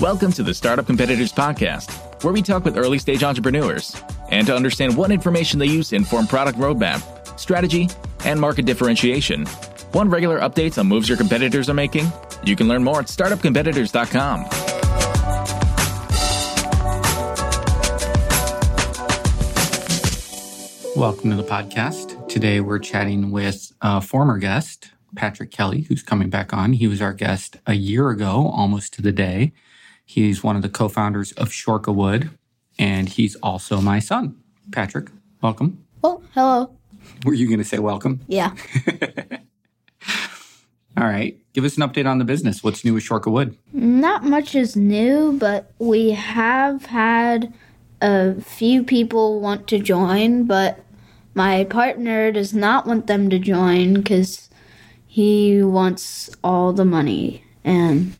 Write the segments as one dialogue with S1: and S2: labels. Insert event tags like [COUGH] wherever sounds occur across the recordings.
S1: Welcome to the Startup Competitors Podcast, where we talk with early stage entrepreneurs and to understand what information they use to inform product roadmap, strategy, and market differentiation. Want regular updates on moves your competitors are making? You can learn more at startupcompetitors.com.
S2: Welcome to the podcast. Today we're chatting with a former guest, Patrick Kelly, who's coming back on. He was our guest a year ago, almost to the day. He's one of the co founders of Shorka Wood, and he's also my son. Patrick, welcome.
S3: Oh, hello.
S2: Were you going to say welcome?
S3: Yeah.
S2: All right. Give us an update on the business. What's new with Shorka Wood?
S3: Not much is new, but we have had a few people want to join, but my partner does not want them to join because he wants all the money. And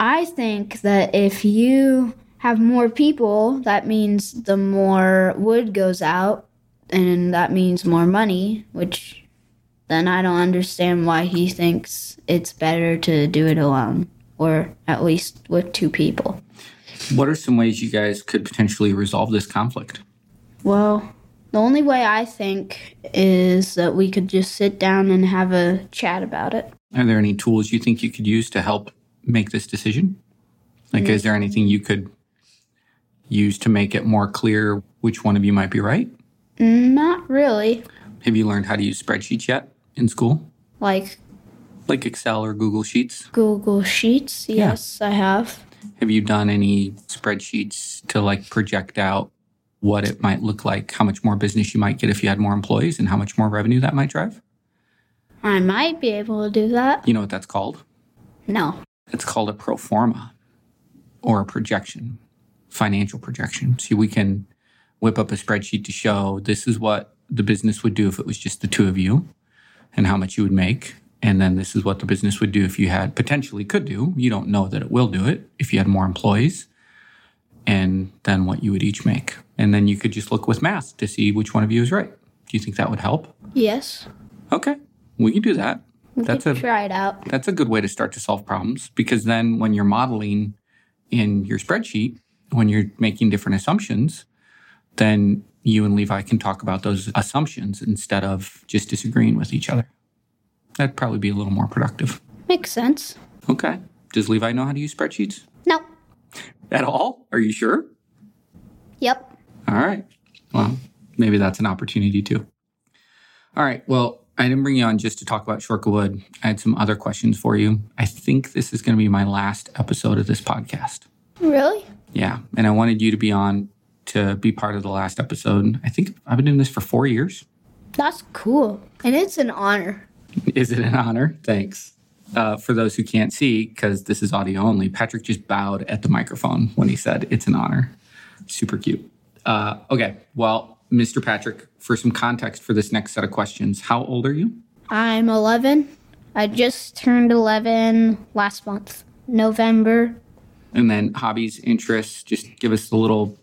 S3: I think that if you have more people, that means the more wood goes out, and that means more money, which then I don't understand why he thinks it's better to do it alone or at least with two people.
S2: What are some ways you guys could potentially resolve this conflict?
S3: Well, the only way I think is that we could just sit down and have a chat about it.
S2: Are there any tools you think you could use to help make this decision? Like, is there anything you could use to make it more clear which one of you might be right?
S3: Not really.
S2: Have you learned how to use spreadsheets yet in school?
S3: Like
S2: Like Excel or Google Sheets?
S3: Google Sheets. Yes, I have.
S2: Have you done any spreadsheets to like project out what it might look like, how much more business you might get if you had more employees, and how much more revenue that might drive?
S3: I might be able to do that.
S2: You know what that's called?
S3: No.
S2: It's called a pro forma or a projection, financial projection. See, we can whip up a spreadsheet to show this is what the business would do if it was just the two of you and how much you would make. And then this is what the business would do if you had potentially could do. You don't know that it will do it if you had more employees and then what you would each make. And then you could just look with math to see which one of you is right. Do you think that would help?
S3: Yes.
S2: Okay, we can do that. That's a
S3: Try it out.
S2: that's a good way to start to solve problems because then when you're modeling in your spreadsheet, when you're making different assumptions, then you and Levi can talk about those assumptions instead of just disagreeing with each other. That'd probably be a little more productive.
S3: Makes sense.
S2: Okay. Does Levi know how to use spreadsheets
S3: No.
S2: at all? Are you sure?
S3: Yep.
S2: All right. Well, maybe that's an opportunity too. All right. Well, I didn't bring you on just to talk about Shorka Wood. I had some other questions for you. I think this is going to be my last episode of this podcast.
S3: Really?
S2: Yeah. And I wanted you to be on to be part of the last episode. I think I've been doing this for four years.
S3: That's cool. And it's an honor.
S2: Is it an honor? Thanks. Uh, for those who can't see, because this is audio only, Patrick just bowed at the microphone when he said it's an honor. Super cute. Uh, okay. Well, Mr. Patrick, for some context for this next set of questions, how old are you?
S3: I'm 11. I just turned 11 last month, November.
S2: And then hobbies, interests, just give us a little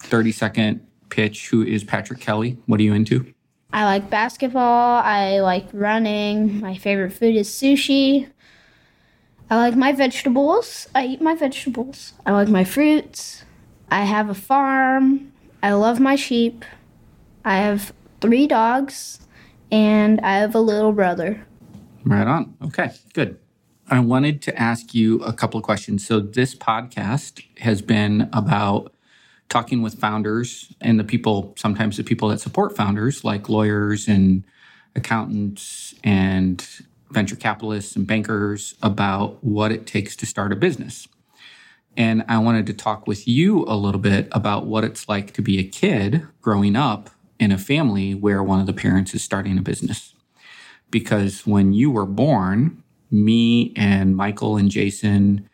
S2: 30 second pitch. Who is Patrick Kelly? What are you into?
S3: I like basketball. I like running. My favorite food is sushi. I like my vegetables. I eat my vegetables. I like my fruits. I have a farm. I love my sheep. I have three dogs. And I have a little brother.
S2: Right on. Okay, good. I wanted to ask you a couple of questions. So, this podcast has been about talking with founders and the people, sometimes the people that support founders, like lawyers and accountants and venture capitalists and bankers, about what it takes to start a business. And I wanted to talk with you a little bit about what it's like to be a kid growing up in a family where one of the parents is starting a business because when you were born, me and Michael and Jason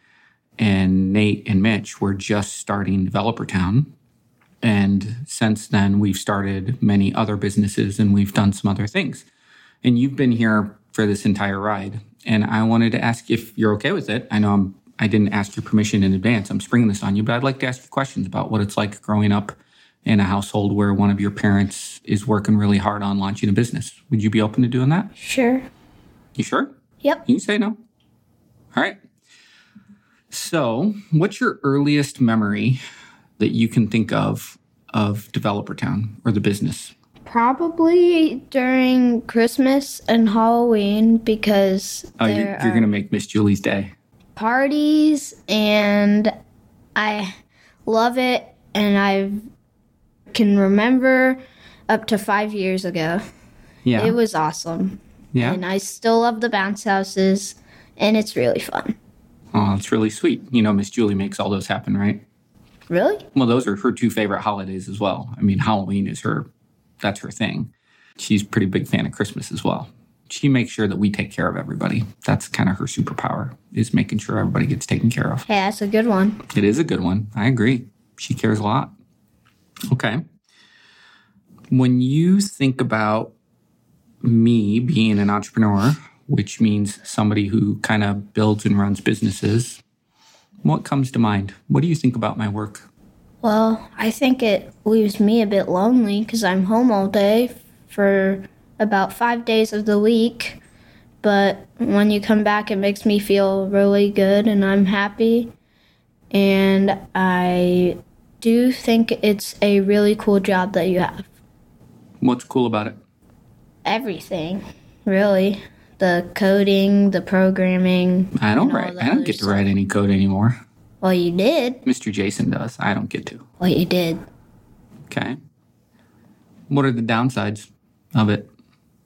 S2: and Nate and Mitch were just starting Developer Town. And since then, we've started many other businesses and we've done some other things. And you've been here for this entire ride. And I wanted to ask if you're okay with it. I know I'm, I didn't ask your permission in advance. I'm springing this on you, but I'd like to ask you questions about what it's like growing up in a household where one of your parents is working really hard on launching a business. Would you be open to doing that?
S3: Sure.
S2: You sure?
S3: Yep.
S2: You can say no. All right. So, what's your earliest memory that you can think of of Developer Town or the business?
S3: Probably during Christmas and Halloween because
S2: Oh, you,
S3: there
S2: you're
S3: are
S2: going to make Miss Julie's day.
S3: parties and I love it and I can remember up to five years ago.
S2: Yeah.
S3: It was awesome.
S2: yeah.
S3: And I still love the bounce houses and it's really fun.
S2: Oh, it's really sweet. You know, Miss Julie makes all those happen, right?
S3: Really?
S2: Well, those are her two favorite holidays as well. I mean, Halloween is her, that's her thing. She's a pretty big fan of Christmas as well. She makes sure that we take care of everybody. That's kind of her superpower is making sure everybody gets taken care of.
S3: Hey, that's a good one.
S2: It is a good one. I agree. She cares a lot. Okay. When you think about me being an entrepreneur, which means somebody who kind of builds and runs businesses, what comes to mind? What do you think about my work?
S3: Well, I think it leaves me a bit lonely because I'm home all day for about five days of the week. But when you come back, it makes me feel really good and I'm happy. And I do think it's a really cool job that you have.
S2: What's cool about it?
S3: Everything, really. The coding, the programming.
S2: I don't
S3: all
S2: write.
S3: the
S2: I don't
S3: other
S2: get to write any code anymore.
S3: Well, you did.
S2: Mr. Jason does. I don't get to.
S3: Well, you did.
S2: Okay. What are the downsides of it?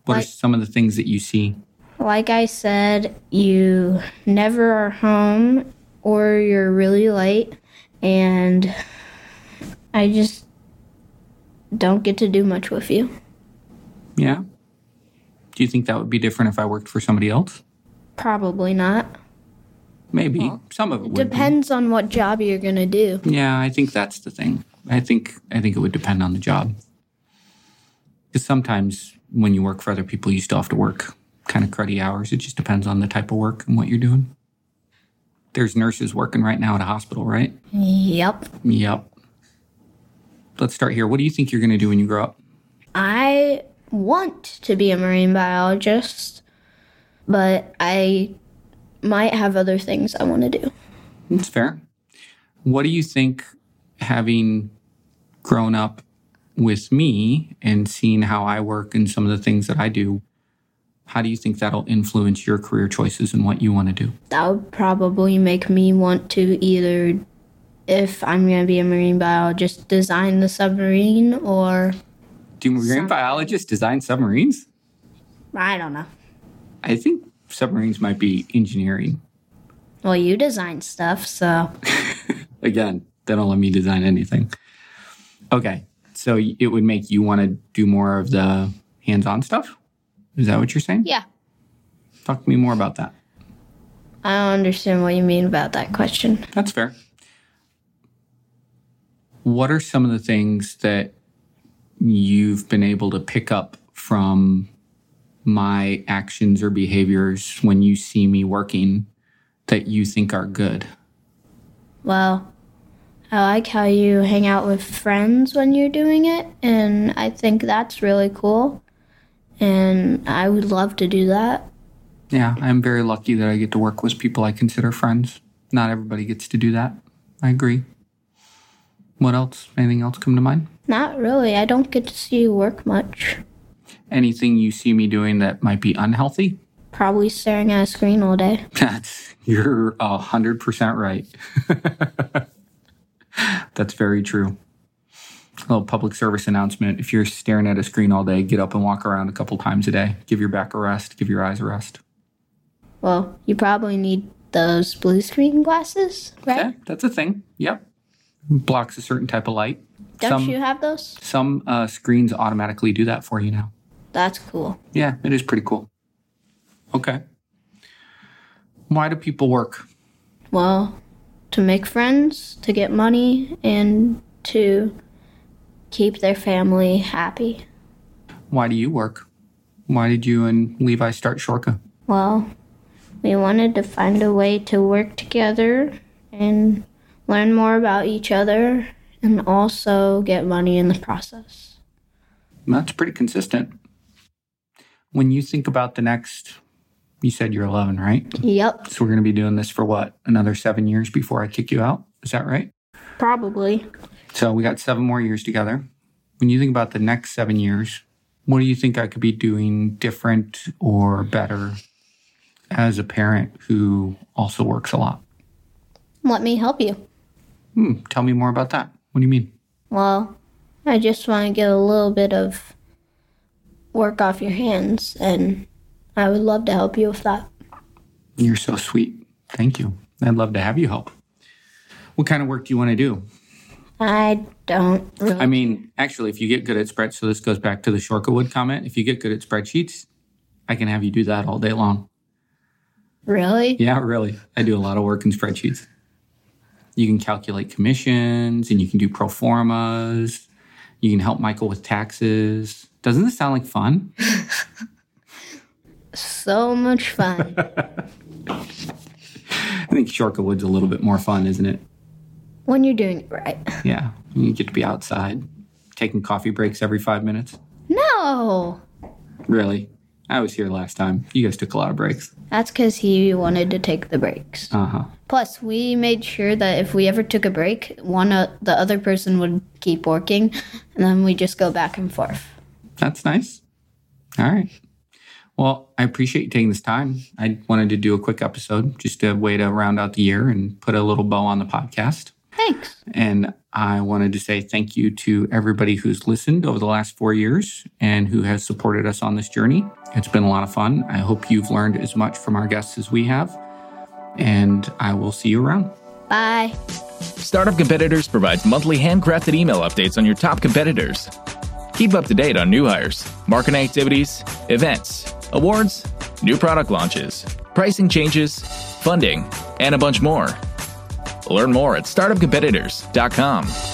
S2: What are
S3: Like-
S2: some of the things that you see?
S3: Like I said, you never are home or you're really late, and I just don't get to do much with you.
S2: Yeah. Do you think that would be different if I worked for somebody else?
S3: Probably not.
S2: Maybe. some of it would. be.
S3: Depends on what job you're gonna do.
S2: Yeah, I think that's the thing. I think I think it would depend on the job. Because sometimes when you work for other people, you still have to work kind of cruddy hours. It just depends on the type of work and what you're doing. There's nurses working right now at a hospital, right?
S3: Yep.
S2: Yep. Let's start here. What do you think you're going to do when you grow up?
S3: I want to be a marine biologist, but I might have other things I wanna do.
S2: That's fair. What do you think, having grown up with me and seeing how I work and some of the things that I do, how do you think that'll influence your career choices and what you want to do?
S3: that would probably make me want to either if i'm going to be a marine biologist design the submarine or
S2: Do marine biologists design submarines?
S3: i don't know
S2: I think submarines might be engineering.
S3: well you design stuff so
S2: Again, they don't let me design anything. Okay. So it would make you want to do more of the hands on stuff? Is that what you're saying?
S3: yeah
S2: Talk to me more about that.
S3: i don't understand what you mean about that question
S2: That's fair. What are some of the things that you've been able to pick up from my actions or behaviors when you see me working that you think are good?
S3: well i like how you hang out with friends when you're doing it and i think that's really cool and i would love to do that
S2: Yeah, I'm very lucky that I get to work with people I consider friends. Not everybody gets to do that. I agree. What else? Anything else come to mind?
S3: not really i don't get to see you work much
S2: Anything you see me doing that might be unhealthy?
S3: probably staring at a screen all day
S2: That's you're a hundred percent right. [LAUGHS] That's very true. A little public service announcement. If you're staring at a screen all day, get up and walk around a couple times a day. Give your back a rest, give your eyes a rest.
S3: Well, you probably need those blue screen glasses, right?
S2: Yeah, that's a thing. Yep. Blocks a certain type of light.
S3: Don't
S2: some
S3: you have those?
S2: some uh, screens automatically do that for you now.
S3: That's cool.
S2: Yeah, it is pretty cool. Okay. Why do people work?
S3: Well, to make friends, to get money, and to keep their family happy.
S2: Why do you work? Why did you and Levi start Shorka?
S3: Well, we wanted to find a way to work together and learn more about each other and also get money in the process.
S2: That's pretty consistent. When you think about the next You said you're 11, right?
S3: Yep,
S2: So we're going to be doing this for what? Another seven years before I kick you out? Is that right?
S3: probably.
S2: So we got seven more years together. When you think about the next seven years, what do you think I could be doing different or better as a parent who also works a lot?
S3: Let me help you.
S2: Hmm, tell me more about that. What do you mean?
S3: Well, I just want to get a little bit of work off your hands, and I would love to help you with that.
S2: You're so sweet. Thank you. I'd love to have you help. What kind of work do you want to do?
S3: I don't really.
S2: I mean, actually, if you get good at spreadsheets, so this goes back to the Shorkawood comment. If you get good at spreadsheets, I can have you do that all day long.
S3: really?
S2: Yeah, really. I do a lot of work in spreadsheets. You can calculate commissions and you can do pro formas. You can help Michael with taxes. Doesn't this sound like fun?
S3: So much fun.
S2: I think Shorkawood's a little bit more fun, isn't it?
S3: when you're doing it right.
S2: Yeah. You get to be outside, taking coffee breaks every five minutes.
S3: No!
S2: Really? I was here last time. You guys took a lot of breaks.
S3: That's because he wanted to take the breaks.
S2: Uh huh.
S3: Plus, we made sure that if we ever took a break, one o the other person would keep working, and then we just go back and forth.
S2: That's nice. All right. Well, I appreciate you taking this time. I wanted to do a quick episode, just a way to round out the year and put a little bow on the podcast.
S3: Thanks.
S2: And I wanted to say thank you to everybody who's listened over the last four years and who has supported us on this journey. It's been a lot of fun. I hope you've learned as much from our guests as we have. And I will see you around.
S3: Bye.
S1: Startup Competitors provides monthly handcrafted email updates on your top competitors. Keep up to date on new hires, marketing activities, events, awards, new product launches, pricing changes, funding, and a bunch more. Learn more at startupcompetitors.com.